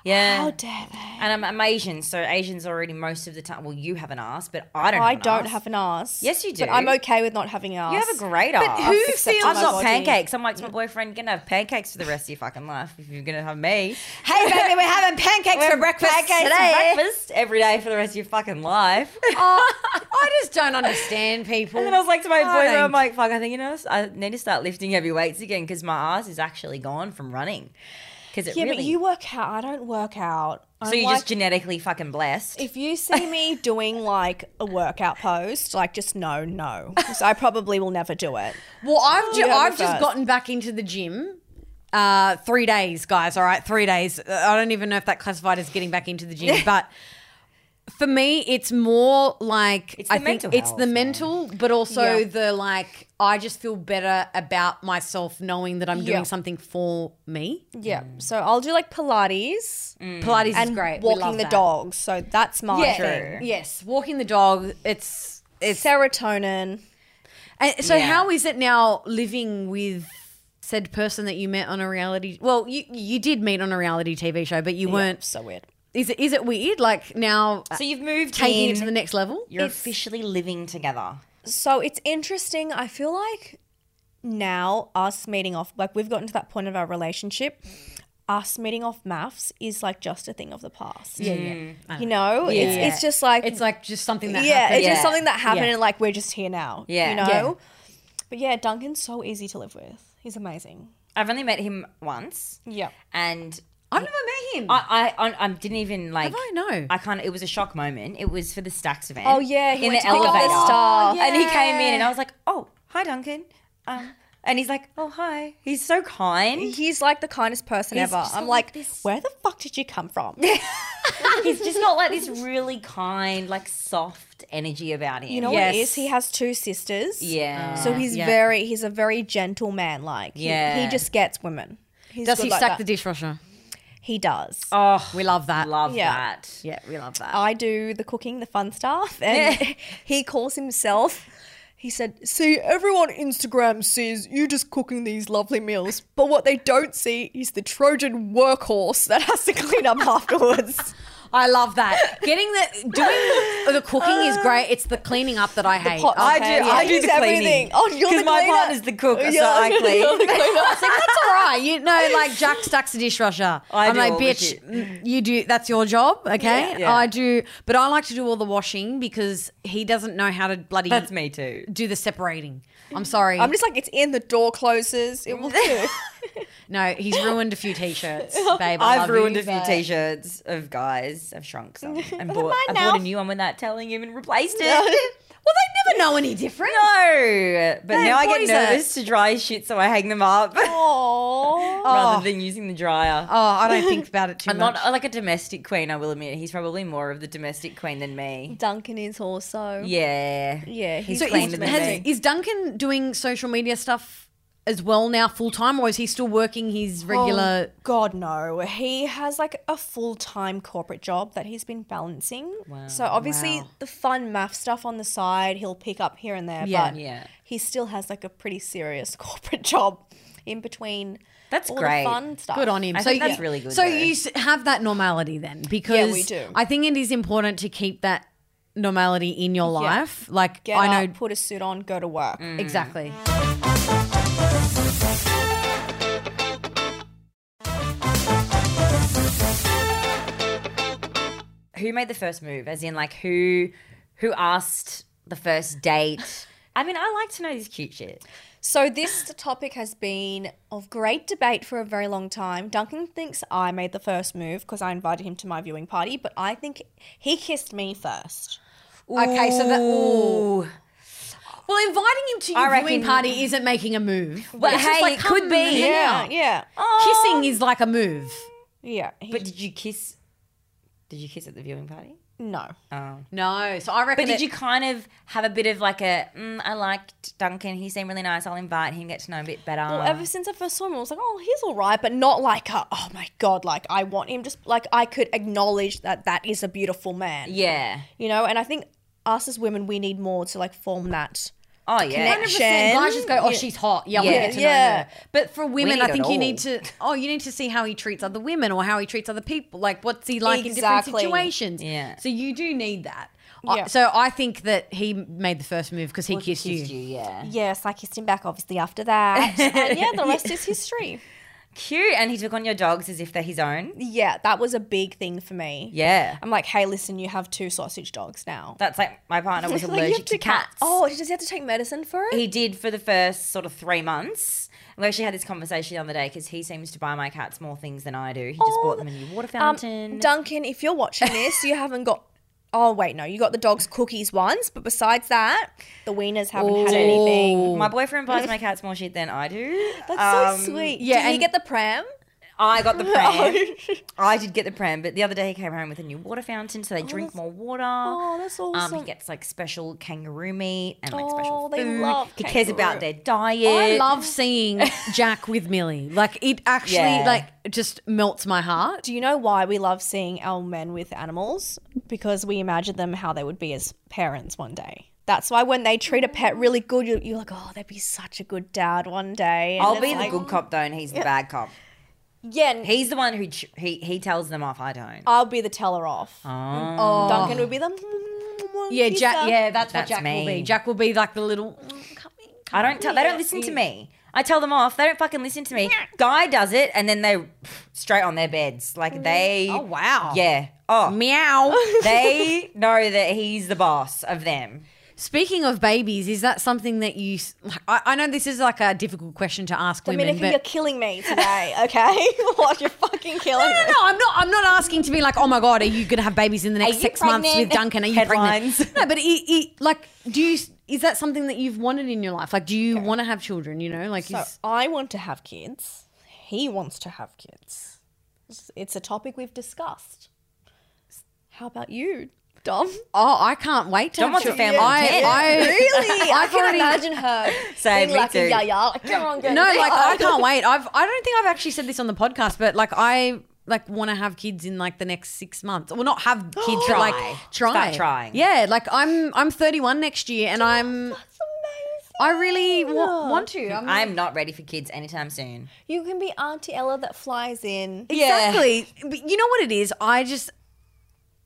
Speaker 3: yeah.
Speaker 5: How dare they?
Speaker 3: and I'm, I'm Asian, so Asians already most of the time. Well, you have an ass, but I don't.
Speaker 5: I
Speaker 3: have an
Speaker 5: don't
Speaker 3: ass.
Speaker 5: have an ass.
Speaker 3: Yes, you do.
Speaker 5: But I'm okay with not having an ass.
Speaker 3: You have a great ass.
Speaker 5: who
Speaker 3: Except
Speaker 5: feels-
Speaker 3: I've
Speaker 5: my
Speaker 3: got
Speaker 5: body.
Speaker 3: pancakes. I'm like to my boyfriend, you're gonna have pancakes for the rest of your fucking life if you're gonna have me.
Speaker 2: hey, baby, we're having pancakes for breakfast
Speaker 3: Pancakes for
Speaker 2: today.
Speaker 3: breakfast every day for the rest of your fucking life.
Speaker 2: Oh, I just don't understand people.
Speaker 3: And then I was like to my
Speaker 2: I
Speaker 3: boyfriend, I'm
Speaker 2: don't-
Speaker 3: like, fuck, I think, you know, I need to start lifting heavy weights again because my ass is actually gone from running. Because it
Speaker 5: Yeah,
Speaker 3: really.
Speaker 5: but you work out. I don't work out.
Speaker 3: so
Speaker 5: I'm
Speaker 3: you're
Speaker 5: like-
Speaker 3: just genetically fucking blessed.
Speaker 5: If you see me doing like a workout post, like just no, no. So I probably will never do it.
Speaker 2: well,
Speaker 3: "Oh,
Speaker 2: I've ju-
Speaker 5: You have
Speaker 2: I've
Speaker 5: a
Speaker 2: just
Speaker 5: first.
Speaker 2: gotten back into the gym. Uh, three days, guys. All right, three days. Uh, I don't even know if that classified as getting back into the gym, but. For me, it's more like
Speaker 3: It's
Speaker 2: I
Speaker 3: the
Speaker 2: think
Speaker 3: mental
Speaker 2: it's
Speaker 3: health,
Speaker 2: the
Speaker 3: man.
Speaker 2: mental, but also
Speaker 5: Yeah.
Speaker 2: the like. I just feel better about myself knowing that I'm
Speaker 5: Yeah.
Speaker 2: doing something for me.
Speaker 5: Yeah. So I'll do like Pilates
Speaker 2: Pilates
Speaker 5: and
Speaker 2: is great. We love
Speaker 5: walking the
Speaker 2: that.
Speaker 5: dogs. So that's my
Speaker 2: Yeah.
Speaker 5: thing.
Speaker 2: Yes, walking the dog. It's it's.
Speaker 5: Serotonin.
Speaker 2: and so
Speaker 3: Yeah.
Speaker 2: how is it now living with said person that you met on a reality? Well, you you did meet on a reality TV show, but you weren't.
Speaker 5: So weird.
Speaker 2: Is it is it weird? Like now
Speaker 3: so you've moved
Speaker 2: taking
Speaker 3: in,
Speaker 2: it to the next level.
Speaker 3: You're officially living together.
Speaker 5: So it's interesting. I feel like now us meeting off, like we've gotten to that point of our relationship. Us meeting off maths is like just a thing of the past. Yeah, yeah. You know, it's,
Speaker 3: Yeah.
Speaker 5: it's just like
Speaker 2: It's like just something that.
Speaker 5: yeah,
Speaker 2: happened.
Speaker 5: it's
Speaker 3: Yeah.
Speaker 5: just something that happened,
Speaker 2: Yeah.
Speaker 5: and like we're just here now.
Speaker 3: Yeah.
Speaker 5: you know.
Speaker 2: Yeah.
Speaker 5: But yeah, Duncan's so easy to live with. He's amazing.
Speaker 3: I've only met him once,
Speaker 5: Yeah.
Speaker 3: and
Speaker 2: I've never met him.
Speaker 5: Mm.
Speaker 3: I I, I, I didn't even like.
Speaker 2: I know.
Speaker 3: I kind of. It was a shock moment. It was for the Stacks event.
Speaker 5: Oh, yeah, he
Speaker 3: in
Speaker 5: went
Speaker 3: the
Speaker 5: to pick up the
Speaker 3: elevator, Oh,
Speaker 5: stuff.
Speaker 3: and he came in, and I was like, "Oh, hi, Duncan," um, and he's like, "Oh, hi." He's so kind.
Speaker 5: He's like the kindest person
Speaker 3: He's
Speaker 5: ever.
Speaker 3: just
Speaker 5: I'm
Speaker 3: like
Speaker 5: like,
Speaker 3: this-
Speaker 5: where the fuck did you come from?
Speaker 3: He's just got like this really kind, like soft energy about him.
Speaker 5: You know
Speaker 2: Yes.
Speaker 5: what Uh, it is? He has two sisters.
Speaker 3: Yeah.
Speaker 5: So he's
Speaker 2: Yeah.
Speaker 5: very, he's a very gentle man. Like, he- he,
Speaker 3: Yeah.
Speaker 5: just gets women. He's
Speaker 2: Does
Speaker 5: good
Speaker 2: he
Speaker 5: like
Speaker 2: stack
Speaker 5: that.
Speaker 2: the dishwasher?
Speaker 5: He does.
Speaker 3: oh,
Speaker 2: We love that.
Speaker 3: love
Speaker 5: Yeah.
Speaker 3: that.
Speaker 2: Yeah, we love that.
Speaker 5: I do the cooking, the fun stuff, and he calls himself. He said, "See, everyone on Instagram sees you just cooking these lovely meals, but what they don't see is the Trojan workhorse that has to clean up afterwards."
Speaker 2: I love that. Getting the doing the cooking is great. It's the cleaning up that I hate.
Speaker 5: pot
Speaker 2: I
Speaker 3: I
Speaker 2: do.
Speaker 3: do.
Speaker 5: Okay, yeah.
Speaker 3: I do
Speaker 5: He's
Speaker 3: the cleaning.
Speaker 5: everything. Oh, you're the
Speaker 3: my
Speaker 5: cleaner.
Speaker 3: partner's the cook, so
Speaker 5: Yeah,
Speaker 3: I
Speaker 5: you're the
Speaker 3: clean.
Speaker 5: cleaner.
Speaker 2: Like, that's all right. You know, like Jack stacks the dishwasher.
Speaker 3: I
Speaker 2: am
Speaker 3: do
Speaker 2: like,
Speaker 3: all the
Speaker 2: bitch,
Speaker 3: shit."
Speaker 2: mm, you do. That's your job, okay?
Speaker 3: Yeah.
Speaker 2: I do, but I like to do all the washing because he doesn't know how to bloody
Speaker 3: That's me too.
Speaker 2: do the separating. I'm sorry.
Speaker 5: I'm just like, it's in the door closes. It will do.
Speaker 2: no, he's ruined a few t-shirts, babe. I
Speaker 3: I've
Speaker 2: love
Speaker 3: ruined
Speaker 2: you,
Speaker 3: a few
Speaker 2: but-
Speaker 3: t-shirts of guys. I've shrunk some and bought.
Speaker 5: mine
Speaker 3: I
Speaker 5: now.
Speaker 3: bought a new one without telling him and replaced
Speaker 5: No.
Speaker 3: it.
Speaker 2: Well, they never know any different.
Speaker 3: No, but
Speaker 2: They're
Speaker 3: now I get
Speaker 2: poison.
Speaker 3: nervous to dry shit, so I hang them up
Speaker 5: Oh. Aww.
Speaker 3: rather than using the dryer.
Speaker 2: Oh, I don't think about it too
Speaker 3: I'm
Speaker 2: much.
Speaker 3: not like a domestic queen. I will admit, he's probably more of the domestic queen than me.
Speaker 5: Duncan is also.
Speaker 3: Yeah,
Speaker 5: Yeah,
Speaker 3: he's
Speaker 5: he's
Speaker 2: so
Speaker 3: cleaner
Speaker 2: is,
Speaker 3: than
Speaker 2: has-
Speaker 3: me.
Speaker 2: is Duncan doing social media stuff as well now full time, or is he still working his regular?
Speaker 5: Oh, God, no. He has like a full time corporate job that he's been balancing. So obviously
Speaker 3: Wow.
Speaker 5: the fun math stuff on the side he'll pick up here and there,
Speaker 2: Yeah.
Speaker 5: but
Speaker 3: Yeah.
Speaker 5: he still has like a pretty serious corporate job in between.
Speaker 3: That's
Speaker 5: all the
Speaker 3: great.
Speaker 5: fun stuff.
Speaker 2: Good on him.
Speaker 3: I
Speaker 2: so
Speaker 3: think
Speaker 2: you-
Speaker 3: that's really good,
Speaker 2: So
Speaker 3: though.
Speaker 2: you s- have that normality then, because
Speaker 5: we do.
Speaker 2: I think it is important to keep that normality in your life. Like
Speaker 5: Get
Speaker 2: I
Speaker 5: up,
Speaker 2: know Mm.
Speaker 5: put a suit on, go to work.
Speaker 3: Mm.
Speaker 2: exactly.
Speaker 3: Who made the first move? As in, like who who asked the first date? I mean, I like to know this cute shit.
Speaker 5: So this topic has been of great debate for a very long time. Duncan thinks I made the first move because I invited him to my viewing party, but I think he kissed me first.
Speaker 2: Okay, so that. ooh.
Speaker 3: Ooh.
Speaker 2: Well, inviting him to your
Speaker 3: I
Speaker 2: viewing
Speaker 3: reckon-
Speaker 2: party isn't making a move.
Speaker 3: Well,
Speaker 2: It's just
Speaker 3: hey,
Speaker 2: like,
Speaker 3: it could
Speaker 2: come
Speaker 3: be.
Speaker 2: and hang
Speaker 3: Yeah. Oh.
Speaker 2: out.
Speaker 5: Yeah.
Speaker 2: Kissing is like a move.
Speaker 5: Yeah. He,
Speaker 3: But did you kiss? Did you kiss at the viewing party?
Speaker 5: no.
Speaker 3: Oh.
Speaker 2: No, so I reckon.
Speaker 3: But did
Speaker 2: it-
Speaker 3: you kind of have a bit of like a, mm, I liked Duncan, he seemed really nice, I'll invite him, get to know him a bit better.
Speaker 5: Well, ever since I first saw him, I was like, oh, he's all right, but not like, a, oh my God, like I want him. Just like I could acknowledge that that is a beautiful man.
Speaker 3: yeah.
Speaker 5: You know, and I think us as women, we need more to like form that.
Speaker 3: Oh, yeah.
Speaker 5: Connection.
Speaker 2: Then
Speaker 5: Shen.
Speaker 2: guys just go, oh, she's hot. Yeah, we
Speaker 3: Yeah.
Speaker 2: get to know
Speaker 5: Yeah.
Speaker 2: her. But for women,
Speaker 3: need
Speaker 2: I think
Speaker 3: it
Speaker 2: you
Speaker 3: all.
Speaker 2: need to, oh, you need to see how he treats other women or how he treats other people. Like, what's he like in different
Speaker 5: Exactly.
Speaker 2: situations?
Speaker 3: Yeah.
Speaker 2: So you do need that. I-
Speaker 5: Yeah.
Speaker 2: so I think that he made the first move because he kissed,
Speaker 3: Kissed
Speaker 2: you.
Speaker 3: you, yeah.
Speaker 5: Yes, I kissed him back, obviously, after that. and yeah, the rest is history.
Speaker 3: Cute. And he took on your dogs as if they're his own.
Speaker 5: Yeah, that was a big thing for me.
Speaker 3: Yeah.
Speaker 5: I'm like, hey, listen, you have two sausage dogs now.
Speaker 3: That's like my partner was
Speaker 5: Like, you have
Speaker 3: allergic to
Speaker 5: cut-
Speaker 3: cats.
Speaker 5: Oh, does he have to take medicine for it?
Speaker 3: He did for the first sort of three months. We actually had this conversation the other day because he seems to buy my cats more things than I do. He just bought them a new water
Speaker 5: Um,
Speaker 3: fountain.
Speaker 5: Duncan, if you're watching this, you haven't got. Oh wait, no, you got the dogs cookies once, but besides that, the wieners haven't had anything.
Speaker 3: my boyfriend buys my cats more shit than I do.
Speaker 5: That's so sweet.
Speaker 2: yeah,
Speaker 5: Um, Yeah, Did he
Speaker 2: and-
Speaker 5: get the pram?
Speaker 3: I got the pram.
Speaker 5: Oh.
Speaker 3: I did get the pram, but the other day he came home with a new water fountain, so they drink more water. Oh,
Speaker 5: that's
Speaker 3: Um,
Speaker 5: awesome.
Speaker 3: he gets like special kangaroo meat and like special
Speaker 5: Oh, they
Speaker 3: food.
Speaker 5: love
Speaker 3: he cares about their diet.
Speaker 2: I love seeing Jack with Millie. Like, it actually,
Speaker 3: Yeah.
Speaker 2: like, just melts my heart.
Speaker 5: Do you know why we love seeing our men with animals? Because we imagine them how they would be as parents one day. That's why when they treat a pet really good, you, you're like, oh, they'd be such a good dad one day. And
Speaker 3: I'll
Speaker 5: it's
Speaker 3: be
Speaker 5: like-
Speaker 3: the good cop though, and he's the bad cop.
Speaker 5: yeah. and
Speaker 3: He's the one who ch- he he tells them off. I don't.
Speaker 5: I'll be the teller off.
Speaker 2: Oh.
Speaker 5: Duncan would be the
Speaker 2: Yeah, Jack.
Speaker 5: kisser.
Speaker 2: Yeah, that's,
Speaker 3: That's
Speaker 2: what Jack will be.
Speaker 3: me.
Speaker 2: Jack will be like the little.
Speaker 3: I don't tell. They don't listen to me. I tell them off. They don't fucking listen to me. Guy does it, and then they straight on their beds. Like they.
Speaker 2: Oh wow.
Speaker 3: Yeah. Oh.
Speaker 2: Meow.
Speaker 3: they know that he's the boss of them.
Speaker 2: Speaking of babies, is that something that you? Like, I, I know this is like a difficult question to ask women,
Speaker 5: Dominica,
Speaker 2: but
Speaker 5: you're killing me today, okay? what, you're fucking killing
Speaker 2: no,
Speaker 5: me.
Speaker 2: no, no, I'm not. I'm not asking to be like, oh my god, are you going to have babies in the next
Speaker 3: you
Speaker 2: six months with
Speaker 3: pregnant?
Speaker 2: Duncan? Are you
Speaker 3: Headlines.
Speaker 2: pregnant? No, but it, it, like, do you? Is that something that you've wanted in your life? Like, do you want to have children? You know, like,
Speaker 5: So
Speaker 2: is,
Speaker 5: I want to have kids. He wants to have kids. It's- It's a topic we've discussed. How about you, Dom?
Speaker 2: oh, I can't wait to
Speaker 3: Dom
Speaker 2: have
Speaker 3: wants a
Speaker 2: children.
Speaker 3: family of
Speaker 2: I,
Speaker 3: ten.
Speaker 2: I
Speaker 5: Really? I
Speaker 2: I've
Speaker 5: can
Speaker 2: already-
Speaker 5: imagine her
Speaker 3: Same,
Speaker 5: being
Speaker 3: me
Speaker 5: like
Speaker 3: too.
Speaker 5: a yaya. Like, come on, girl.
Speaker 2: No, like I can't wait. I've I don't think I've actually said this on the podcast, but like I like want to have kids in like the next six months. Well, not have kids, but like
Speaker 3: Try.
Speaker 2: try.
Speaker 3: Start trying.
Speaker 2: Yeah, like I'm I'm 31 next year, and I'm I really wa- want to. I'm,
Speaker 3: I'm not ready for kids anytime soon.
Speaker 5: You can be Auntie Ella that flies in.
Speaker 2: exactly. But you know what it is? I just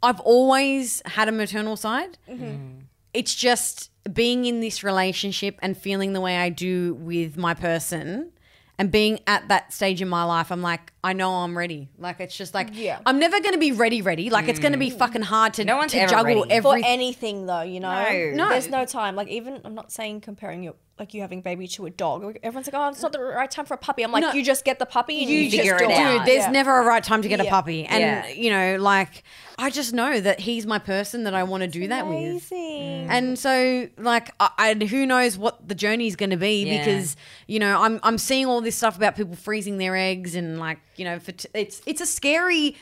Speaker 2: I've always had a maternal side.
Speaker 3: Mm-hmm.
Speaker 2: It's just being in this relationship and feeling the way I do with my person and being at that stage in my life, I'm like, I know I'm ready. Like, it's just like,
Speaker 5: Yeah.
Speaker 2: I'm never going to be ready, ready. Like, it's going to be fucking hard to,
Speaker 3: Mm. No one's
Speaker 2: to
Speaker 3: ever
Speaker 2: juggle
Speaker 3: ready.
Speaker 5: for
Speaker 2: every
Speaker 5: anything though, you know.
Speaker 3: No.
Speaker 2: No.
Speaker 5: there's no time. Like even I'm not saying comparing your like you having a baby to a dog. Like, Everyone's like, oh, it's not the right time for a puppy. I'm like,
Speaker 2: No.
Speaker 5: you just get the puppy and you,
Speaker 3: You
Speaker 5: just
Speaker 3: figure it
Speaker 5: do
Speaker 3: out.
Speaker 2: Dude, there's
Speaker 5: Yeah.
Speaker 2: never a right time to get a
Speaker 5: Yeah.
Speaker 2: puppy. And,
Speaker 3: Yeah.
Speaker 2: you know, like, I just know that he's my person that I want to do that Mm. with.
Speaker 5: Amazing.
Speaker 2: And so, like, I, and who knows what the journey's going to be
Speaker 3: Yeah.
Speaker 2: because you know I'm I'm seeing all this stuff about people freezing their eggs and like you know for t- it's it's a scary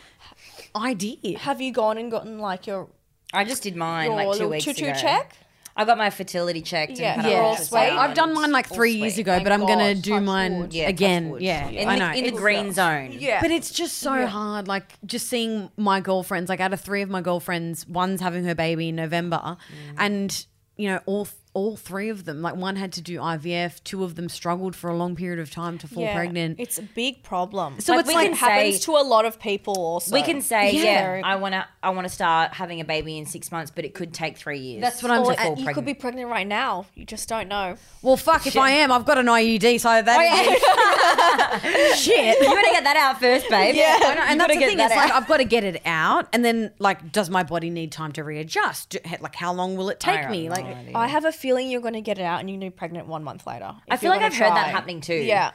Speaker 2: idea.
Speaker 5: Have you gone and gotten like your
Speaker 3: I just did mine
Speaker 5: your
Speaker 3: like two
Speaker 5: little
Speaker 3: weeks
Speaker 5: choo choo
Speaker 3: ago.
Speaker 5: check?
Speaker 3: I got my fertility checked.
Speaker 5: Yeah.
Speaker 3: and had
Speaker 5: Yeah.
Speaker 3: an
Speaker 5: All
Speaker 2: Yeah,
Speaker 3: ultrasound.
Speaker 5: sweet.
Speaker 2: I've done mine like three
Speaker 5: sweet.
Speaker 2: years ago,
Speaker 5: Thank
Speaker 2: but I'm gonna
Speaker 5: God.
Speaker 2: do
Speaker 5: Touch
Speaker 2: mine
Speaker 5: wood.
Speaker 3: Yeah, touch
Speaker 2: again.
Speaker 3: wood.
Speaker 2: Yeah,
Speaker 3: in
Speaker 2: I
Speaker 3: the,
Speaker 2: know.
Speaker 3: in the
Speaker 2: It's-
Speaker 3: green zone.
Speaker 5: Yeah.
Speaker 2: But it's just so hard, like just seeing my girlfriends. Like, out of three of my girlfriends, one's having her baby in November,
Speaker 3: Mm.
Speaker 2: and you know, all all three of them, like one had to do IVF, two of them struggled for a long period of time to fall pregnant.
Speaker 5: It's a big problem.
Speaker 2: So
Speaker 5: So
Speaker 2: Like, it's
Speaker 5: it's
Speaker 2: we like-
Speaker 5: like
Speaker 2: can
Speaker 5: it happens
Speaker 3: say-
Speaker 5: to a lot of people. Also,
Speaker 3: We can say, yeah,
Speaker 5: Or-
Speaker 3: I wanna, I wanna start having a baby in six months, but it could take three years.
Speaker 2: That's what I'm
Speaker 5: or
Speaker 2: just-
Speaker 5: you could be pregnant right now. You just don't know.
Speaker 2: Well, fuck if I am, I've got an IUD, so
Speaker 3: Oh,
Speaker 2: that shit.
Speaker 3: You better get that out first, babe.
Speaker 2: Yeah,
Speaker 3: Why not?
Speaker 2: and
Speaker 3: You
Speaker 2: that's
Speaker 3: gotta
Speaker 2: the
Speaker 3: get
Speaker 2: thing.
Speaker 3: that
Speaker 2: It's like
Speaker 3: out.
Speaker 2: I've got to get it out, and then like, does my body need time to readjust? Do, like, how long will it take
Speaker 3: got
Speaker 2: me?
Speaker 3: no
Speaker 2: Like,
Speaker 3: idea.
Speaker 5: I have a feeling you're going to get it out and you're going to be pregnant one month later.
Speaker 3: I
Speaker 5: if
Speaker 3: feel
Speaker 5: you're
Speaker 3: like I've
Speaker 5: gonna
Speaker 3: heard that
Speaker 5: try.
Speaker 3: happening too.
Speaker 5: Yeah.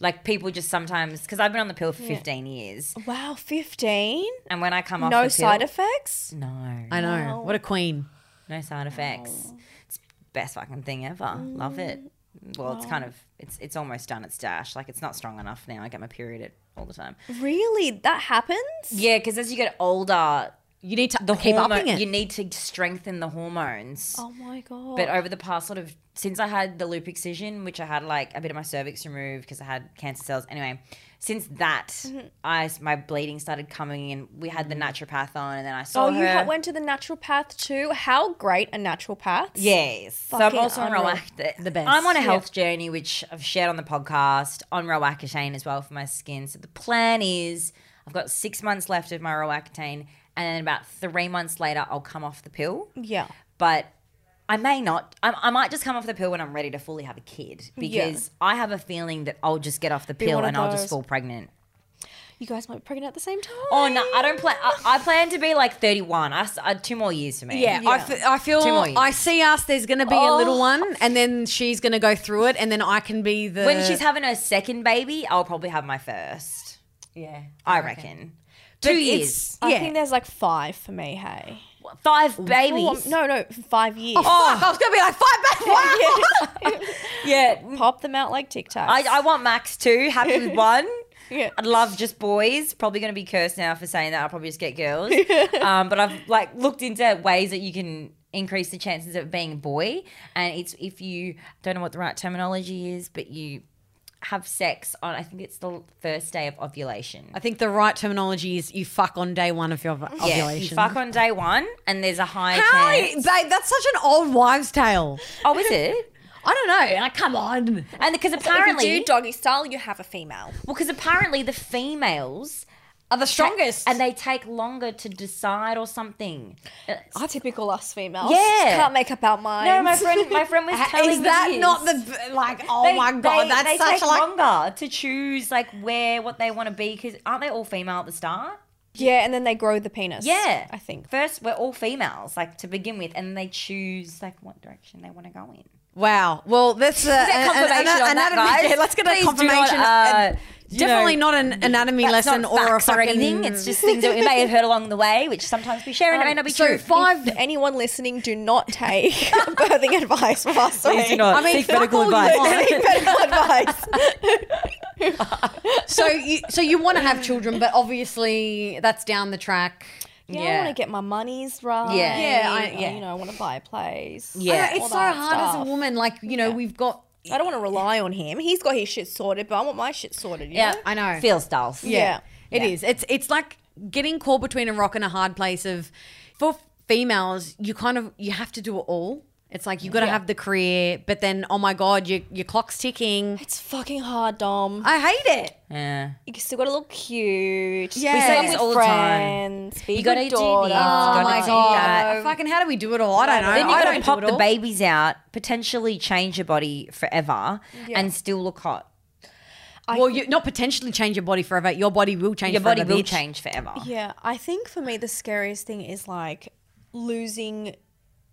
Speaker 3: Like people just sometimes, because I've been on the pill for 15 years,
Speaker 5: Wow, 15?
Speaker 3: and when I come off
Speaker 5: No
Speaker 3: the pill,
Speaker 5: side effects?
Speaker 3: No,
Speaker 2: I know what a queen.
Speaker 3: no side effects. It's best fucking thing ever. Love it. Well, it's kind of it's it's almost done. It's dash. Like it's not strong enough now. I get my period at all the time.
Speaker 5: Really? That happens?
Speaker 3: Yeah, because as you get older,
Speaker 2: You need to
Speaker 3: the
Speaker 2: keep
Speaker 3: hormone
Speaker 2: upping it.
Speaker 3: you need to strengthen the hormones.
Speaker 5: Oh my god.
Speaker 3: But over the past sort of since I had the loop excision, which I had like a bit of my cervix removed because I had cancer cells. Anyway, since that, I s my bleeding started coming in. We had the naturopath on, and then I saw
Speaker 5: oh,
Speaker 3: her.
Speaker 5: you ha- went to the naturopath too? How great are naturopaths?
Speaker 3: Yes. So I'm
Speaker 5: Fucking
Speaker 3: also on
Speaker 5: unreal.
Speaker 3: Roac-
Speaker 2: The best.
Speaker 3: I'm on a health journey, which I've shared on the podcast, on Roaccutane as well for my skin. So the plan is I've got six months left of my Roaccutane, and then about three months later, I'll come off the pill.
Speaker 5: Yeah.
Speaker 3: But I may not. I, I might just come off the pill when I'm ready to fully have a kid because I have a feeling that I'll just get off the pill
Speaker 5: one of
Speaker 3: and I'll just
Speaker 5: those.
Speaker 3: fall pregnant.
Speaker 5: You guys might be pregnant at the same time.
Speaker 3: Oh, no, I don't plan. I, I plan to be like 31. I, s- uh, two more years for me.
Speaker 2: Yeah, I, f- I feel
Speaker 3: Two more years.
Speaker 2: I see us. There's going to be a little
Speaker 5: Oh.
Speaker 2: one, and then she's going to go through it, and then I can be the
Speaker 3: when she's having her second baby, I'll probably have my first. Yeah, I reckon. Two years,
Speaker 5: I
Speaker 2: yeah.
Speaker 5: think there's like five for me, hey.
Speaker 3: five
Speaker 5: Oh,
Speaker 3: babies. Oh,
Speaker 5: no, no, five years.
Speaker 2: Fuck, I was going to be like five back. Wow.
Speaker 3: Yeah,
Speaker 5: Pop them out like Tic Tacs.
Speaker 3: I, I want Max two. Happy with one.
Speaker 5: Yeah.
Speaker 3: I'd love just boys. Probably going to be cursed now for saying that. I'll probably just get girls. um, but I've like looked into ways that you can increase the chances of it being a boy, and it's if you don't know what the right terminology is, but you have sex on I think it's the first day of ovulation.
Speaker 2: I think the right terminology is you fuck on day one of your ov-
Speaker 3: Yeah,
Speaker 2: ovulation.
Speaker 3: you fuck on day one, and there's a high
Speaker 2: How,
Speaker 3: chance.
Speaker 2: babe, that's such an old wives' tale.
Speaker 3: Oh, is it?
Speaker 2: I don't know. Like, come on.
Speaker 3: And because
Speaker 5: if
Speaker 3: apparently,
Speaker 5: you do doggy style, you have a female.
Speaker 3: well, because apparently the females
Speaker 2: Are the
Speaker 3: ta-
Speaker 2: strongest?
Speaker 3: and they take longer to decide or something. Uh,
Speaker 5: Our typical us females.
Speaker 3: Yeah.
Speaker 5: Can't make up our minds.
Speaker 3: no, my friend, my friend was telling
Speaker 2: is
Speaker 3: me
Speaker 2: that
Speaker 3: this.
Speaker 2: not the like? Oh
Speaker 3: They-
Speaker 2: my god,
Speaker 3: they-
Speaker 2: that's
Speaker 3: they
Speaker 2: such
Speaker 3: take
Speaker 2: like.
Speaker 3: longer to choose like where what they want to be because aren't they all female at the start?
Speaker 5: Yeah, and then they grow the penis.
Speaker 3: Yeah,
Speaker 5: I think.
Speaker 3: first we're all females like to begin with, and they choose like what direction they want to go in.
Speaker 2: Wow. Well, that's uh,
Speaker 3: get
Speaker 2: an- an-
Speaker 3: confirmation
Speaker 2: an-
Speaker 3: on that,
Speaker 2: anatomy-
Speaker 3: guys.
Speaker 2: yeah, let's get a
Speaker 3: Please do not,
Speaker 2: confirmation.
Speaker 3: uh, you
Speaker 2: definitely
Speaker 3: know,
Speaker 2: not an anatomy
Speaker 3: That's
Speaker 2: lesson
Speaker 3: not
Speaker 2: or a
Speaker 3: facts
Speaker 2: fucking
Speaker 3: anything. It's just things that we may have heard along the way, which sometimes we share and it may not
Speaker 5: Um,
Speaker 3: be
Speaker 2: so
Speaker 3: true.
Speaker 5: Five. Anyone listening, do not take birthing advice from us. sorry.
Speaker 2: I mean, fuck all you want.
Speaker 5: Take medical advice.
Speaker 2: so you so you want to have children, but obviously that's down the track.
Speaker 5: Yeah,
Speaker 3: Yeah.
Speaker 5: I want to get my monies right.
Speaker 3: Yeah.
Speaker 2: Yeah, I-
Speaker 5: I-
Speaker 2: yeah.
Speaker 5: you know, I want to buy a place.
Speaker 3: Yeah.
Speaker 2: I know, it's
Speaker 5: All
Speaker 2: so
Speaker 5: that
Speaker 2: hard as
Speaker 5: stuff.
Speaker 2: a woman. Like you know, we've got.
Speaker 5: I don't want to rely on him. He's got his shit sorted, but I want my shit sorted. You
Speaker 3: yeah,
Speaker 5: know?
Speaker 2: I know.
Speaker 3: Feel stuff.
Speaker 5: Yeah.
Speaker 2: It is. It's it's like getting caught between a rock and a hard place of for females, you kind of you have to do it all. It's like you got to have the career, but then oh my god, your your clock's ticking.
Speaker 5: It's fucking hard, Dom.
Speaker 2: I hate it.
Speaker 3: Yeah.
Speaker 5: You still gotta look cute.
Speaker 2: Yeah.
Speaker 5: We
Speaker 2: We say
Speaker 5: say
Speaker 2: this
Speaker 5: with
Speaker 3: all the time.
Speaker 5: friends. Be
Speaker 3: You
Speaker 5: a
Speaker 3: gotta
Speaker 5: good
Speaker 3: do this,
Speaker 5: daughter.
Speaker 3: gotta
Speaker 2: Oh my
Speaker 3: do that.
Speaker 2: god. Fucking how do we do it all? I don't know.
Speaker 3: Then you
Speaker 2: I
Speaker 3: gotta
Speaker 2: don't
Speaker 3: pop
Speaker 2: do it
Speaker 3: the
Speaker 2: all.
Speaker 3: babies out, potentially change your body forever, and still look hot.
Speaker 2: Well, you not potentially change your body forever. Your body will change.
Speaker 3: Your body
Speaker 2: forever,
Speaker 3: will
Speaker 2: bitch.
Speaker 3: change forever.
Speaker 5: Yeah, I think for me the scariest thing is like losing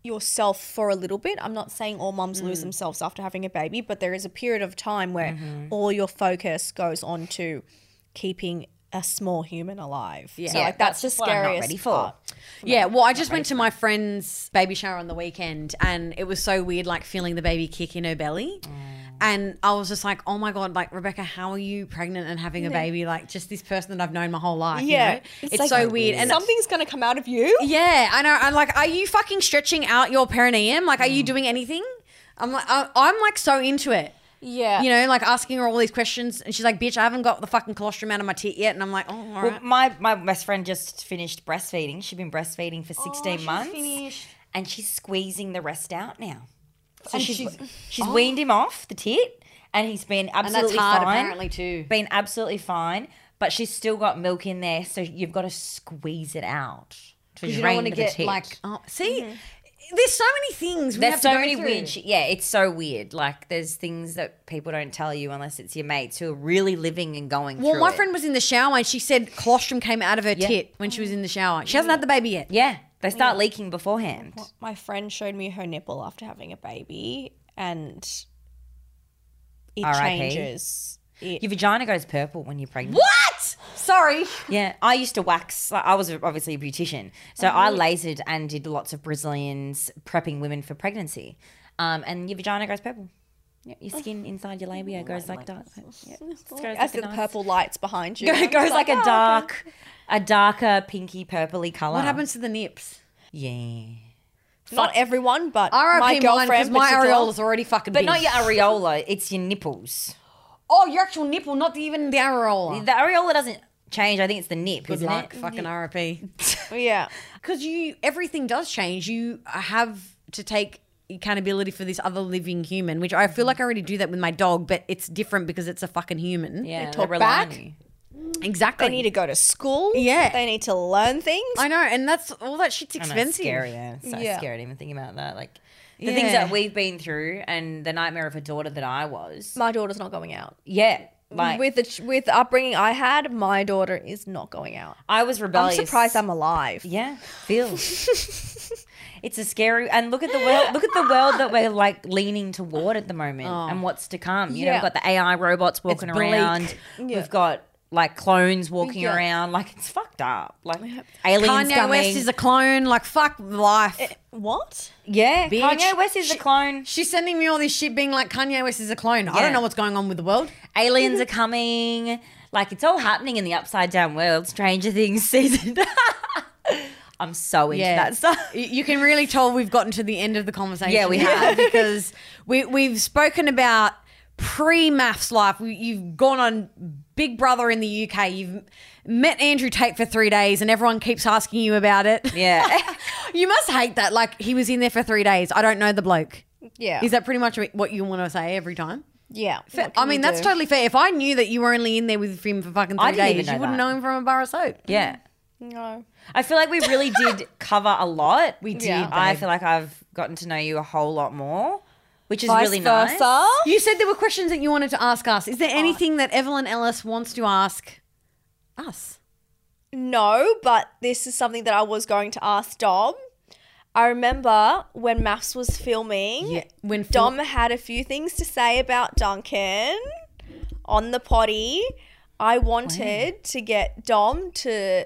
Speaker 5: yourself for a little bit. I'm not saying all mums
Speaker 3: Mm.
Speaker 5: lose themselves after having a baby, but there is a period of time where
Speaker 3: Mm-hmm.
Speaker 5: all your focus goes on to keeping a small human alive. Yeah. So
Speaker 3: Yeah,
Speaker 5: like that's, just
Speaker 3: what I'm
Speaker 5: scariest
Speaker 3: not ready for.
Speaker 5: part.
Speaker 2: Yeah, well, I just went to my friend's baby shower on the weekend and it was so weird, like feeling the baby kick in her belly. And I was just like, oh my God, like, Rebecca, how are you pregnant and having a baby? Like, just this person that I've known my whole life. Yeah.
Speaker 5: Yeah.
Speaker 2: It's,
Speaker 5: like
Speaker 2: so weird. And
Speaker 5: something's gonna come out of you.
Speaker 2: yeah, I know. I'm like, are you fucking stretching out your perineum? Like, are you doing anything? I'm like, I, I'm like so into it.
Speaker 5: Yeah.
Speaker 2: You know, like asking her all these questions, and she's like, "Bitch, I haven't got the fucking colostrum out of my tit yet," and I'm like, "Oh, all right."
Speaker 3: Well, my, my best friend just finished breastfeeding. She'd been breastfeeding for
Speaker 2: Oh,
Speaker 3: 16 months. And she's squeezing the rest out now. So she's, she's, weaned him off the tit and he's been absolutely
Speaker 2: oh. hard,
Speaker 3: fine.
Speaker 2: apparently, too.
Speaker 3: Been absolutely fine, but she's still got milk in there, so you've got to squeeze it out. To
Speaker 2: you don't
Speaker 3: drain
Speaker 2: want to
Speaker 3: the
Speaker 2: get
Speaker 3: tit.
Speaker 2: like, oh, see, there's so many things. We
Speaker 3: There's
Speaker 2: have
Speaker 3: so
Speaker 2: to go
Speaker 3: many
Speaker 2: through.
Speaker 3: weird. Sh- yeah, it's so weird. Like there's things that people don't tell you unless it's your mates who are really living and going.
Speaker 2: Well,
Speaker 3: through
Speaker 2: my
Speaker 3: it.
Speaker 2: friend was in the shower and she said colostrum came out of her tit when she was in the shower.
Speaker 3: Mm.
Speaker 2: She hasn't had the baby yet.
Speaker 3: Yeah, they start leaking beforehand.
Speaker 5: My friend showed me her nipple after having a baby and it
Speaker 3: R.I.P..
Speaker 5: changes. It
Speaker 3: Your vagina goes purple when you're pregnant.
Speaker 2: What? Sorry.
Speaker 3: Yeah, I used to wax. like, I was obviously a beautician, so I lasered and did lots of Brazilians prepping women for pregnancy. Um, and your vagina goes purple. Yeah, your skin inside your labia goes Oh. like dark. Yeah, it goes
Speaker 5: I
Speaker 3: like
Speaker 5: see
Speaker 3: a
Speaker 5: the
Speaker 3: nice-
Speaker 5: purple lights behind you.
Speaker 3: It
Speaker 5: I'm just
Speaker 3: goes like
Speaker 5: "Oh,
Speaker 3: a
Speaker 5: okay."
Speaker 3: dark, a darker pinky purpley color.
Speaker 2: What happens to the nips?
Speaker 3: Yeah,
Speaker 5: Not everyone, but my
Speaker 2: RIP mine
Speaker 5: girlfriend.
Speaker 2: because my
Speaker 5: particular-
Speaker 2: areola's already fucking
Speaker 3: but
Speaker 2: big.
Speaker 3: not your areola. It's your nipples.
Speaker 2: Oh, your actual nipple, not even the areola.
Speaker 3: The areola doesn't change. I think it's the nip,
Speaker 2: Good
Speaker 3: isn't
Speaker 2: luck,
Speaker 3: it?
Speaker 2: fucking RIP.
Speaker 5: Yeah.
Speaker 2: Because you, everything does change. You have to take accountability for this other living human, which I
Speaker 3: Mm-hmm.
Speaker 2: feel like I already do that with my dog, but it's different because it's a fucking human.
Speaker 3: Yeah,
Speaker 5: talk
Speaker 3: they're relying
Speaker 5: back.
Speaker 3: on you.
Speaker 2: Exactly.
Speaker 5: They need to go to school.
Speaker 2: Yeah.
Speaker 5: They need to learn things.
Speaker 2: I know, and that's all that shit's
Speaker 3: I know,
Speaker 2: expensive.
Speaker 3: It's scary, yeah. So
Speaker 5: Yeah.
Speaker 3: scared even thinking about that. Like the things
Speaker 2: Yeah.
Speaker 3: that we've been through and the nightmare of a daughter that I was.
Speaker 5: My daughter's not going out.
Speaker 3: Yeah. Like
Speaker 5: with the ch- with the upbringing I had, my daughter is not going out.
Speaker 3: I was
Speaker 5: I'm
Speaker 3: rebellious.
Speaker 5: surprised I'm alive.
Speaker 3: Yeah. Feel. it's a scary and look at the world look at the world that we're like leaning toward at the moment and what's to come. You know,
Speaker 5: Yeah.
Speaker 3: we've got the AI robots walking
Speaker 2: Oh. bleak.
Speaker 3: around. We've got like clones walking
Speaker 5: Yeah.
Speaker 3: around. Like it's fucked up. Like aliens
Speaker 2: Kanye
Speaker 3: coming.
Speaker 2: West is a clone. Like fuck life.
Speaker 3: Eh.
Speaker 5: What?
Speaker 3: yeah.
Speaker 2: bitch.
Speaker 3: Kanye West is a clone.
Speaker 2: She's sending me all this shit, being like Kanye West is a clone. I
Speaker 3: Yeah.
Speaker 2: don't know what's going on with the world.
Speaker 3: aliens are coming. Like it's all happening in the upside down world. Stranger Things season. I'm so into
Speaker 2: Yeah.
Speaker 3: that stuff.
Speaker 2: Y- You can really tell we've gotten to the end of the conversation.
Speaker 3: Yeah, we
Speaker 2: now
Speaker 3: have.
Speaker 2: because we we've spoken about pre maths life. We, you've gone on Big Brother in the UK. You've met Andrew Tate for three days, and everyone keeps asking you about it.
Speaker 3: Yeah.
Speaker 2: you must hate that. Like he was in there for three days. I don't know the bloke.
Speaker 5: Yeah.
Speaker 2: Is that pretty much what you want to say every time?
Speaker 5: yeah. What
Speaker 2: I
Speaker 5: can
Speaker 2: mean,
Speaker 5: you
Speaker 2: that's
Speaker 5: do?
Speaker 2: totally fair. If I knew that you were only in there with him for fucking three
Speaker 3: I didn't
Speaker 2: days,
Speaker 3: even know
Speaker 2: you wouldn't
Speaker 3: that.
Speaker 2: know him from a bar of soap.
Speaker 3: yeah.
Speaker 5: no.
Speaker 3: I feel like we really did cover a lot. We
Speaker 2: did,
Speaker 3: I
Speaker 2: babe.
Speaker 3: feel like I've gotten to know you a whole lot more, which is really nice.
Speaker 2: You said there were questions that you wanted to ask us. Is there
Speaker 3: Oh.
Speaker 2: anything that Evelyn Ellis wants to ask us?
Speaker 5: No, but this is something that I was going to ask Dom. I remember when Maths was filming.
Speaker 2: When
Speaker 5: Dom had a few things to say about Duncan on the potty. I wanted to get Dom to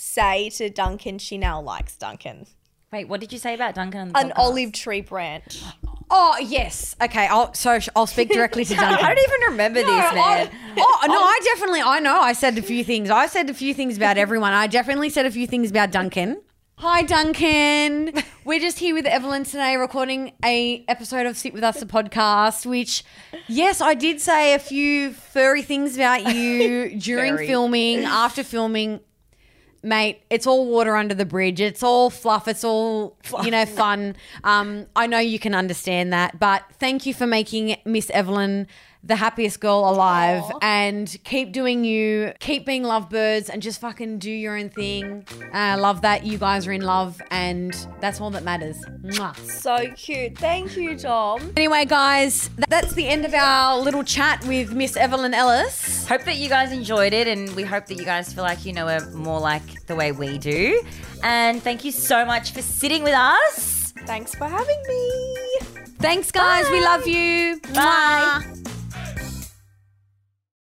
Speaker 5: say to Duncan she now likes Duncan.
Speaker 3: Wait, what did you say about Duncan? on the
Speaker 5: An
Speaker 3: podcast?
Speaker 5: olive tree branch.
Speaker 2: Oh yes. Okay. I'll, so sh- I'll speak directly to Duncan.
Speaker 3: I don't even remember this, man.
Speaker 2: oh no! I definitely. I know. I said a few things. I said a few things about everyone. I definitely said a few things about Duncan. Hi, Duncan. We're just here with Evelyn today, recording a episode of Sit with Us, the podcast. Which, yes, I did say a few furry things about you during
Speaker 3: Furry.
Speaker 2: filming, after filming. mate, it's all water under the bridge. It's all fluff. It's all you know, fun. Um, I know you can understand that, but thank you for making Miss Evelyn the happiest girl alive and keep doing you keep being lovebirds and just fucking do your own thing i love that you guys are in love and that's all that matters Mwah.
Speaker 5: So cute. Thank you, Dom.
Speaker 2: Anyway, guys, th- that's the end of our little chat with Miss Evelyn Ellis.
Speaker 3: Hope that you guys enjoyed it, and we hope that you guys feel like you know her more like the way we do. And thank you so much for sitting with us.
Speaker 5: Thanks for having me.
Speaker 2: Thanks, guys. We love you.
Speaker 3: Bye.
Speaker 2: Mwah.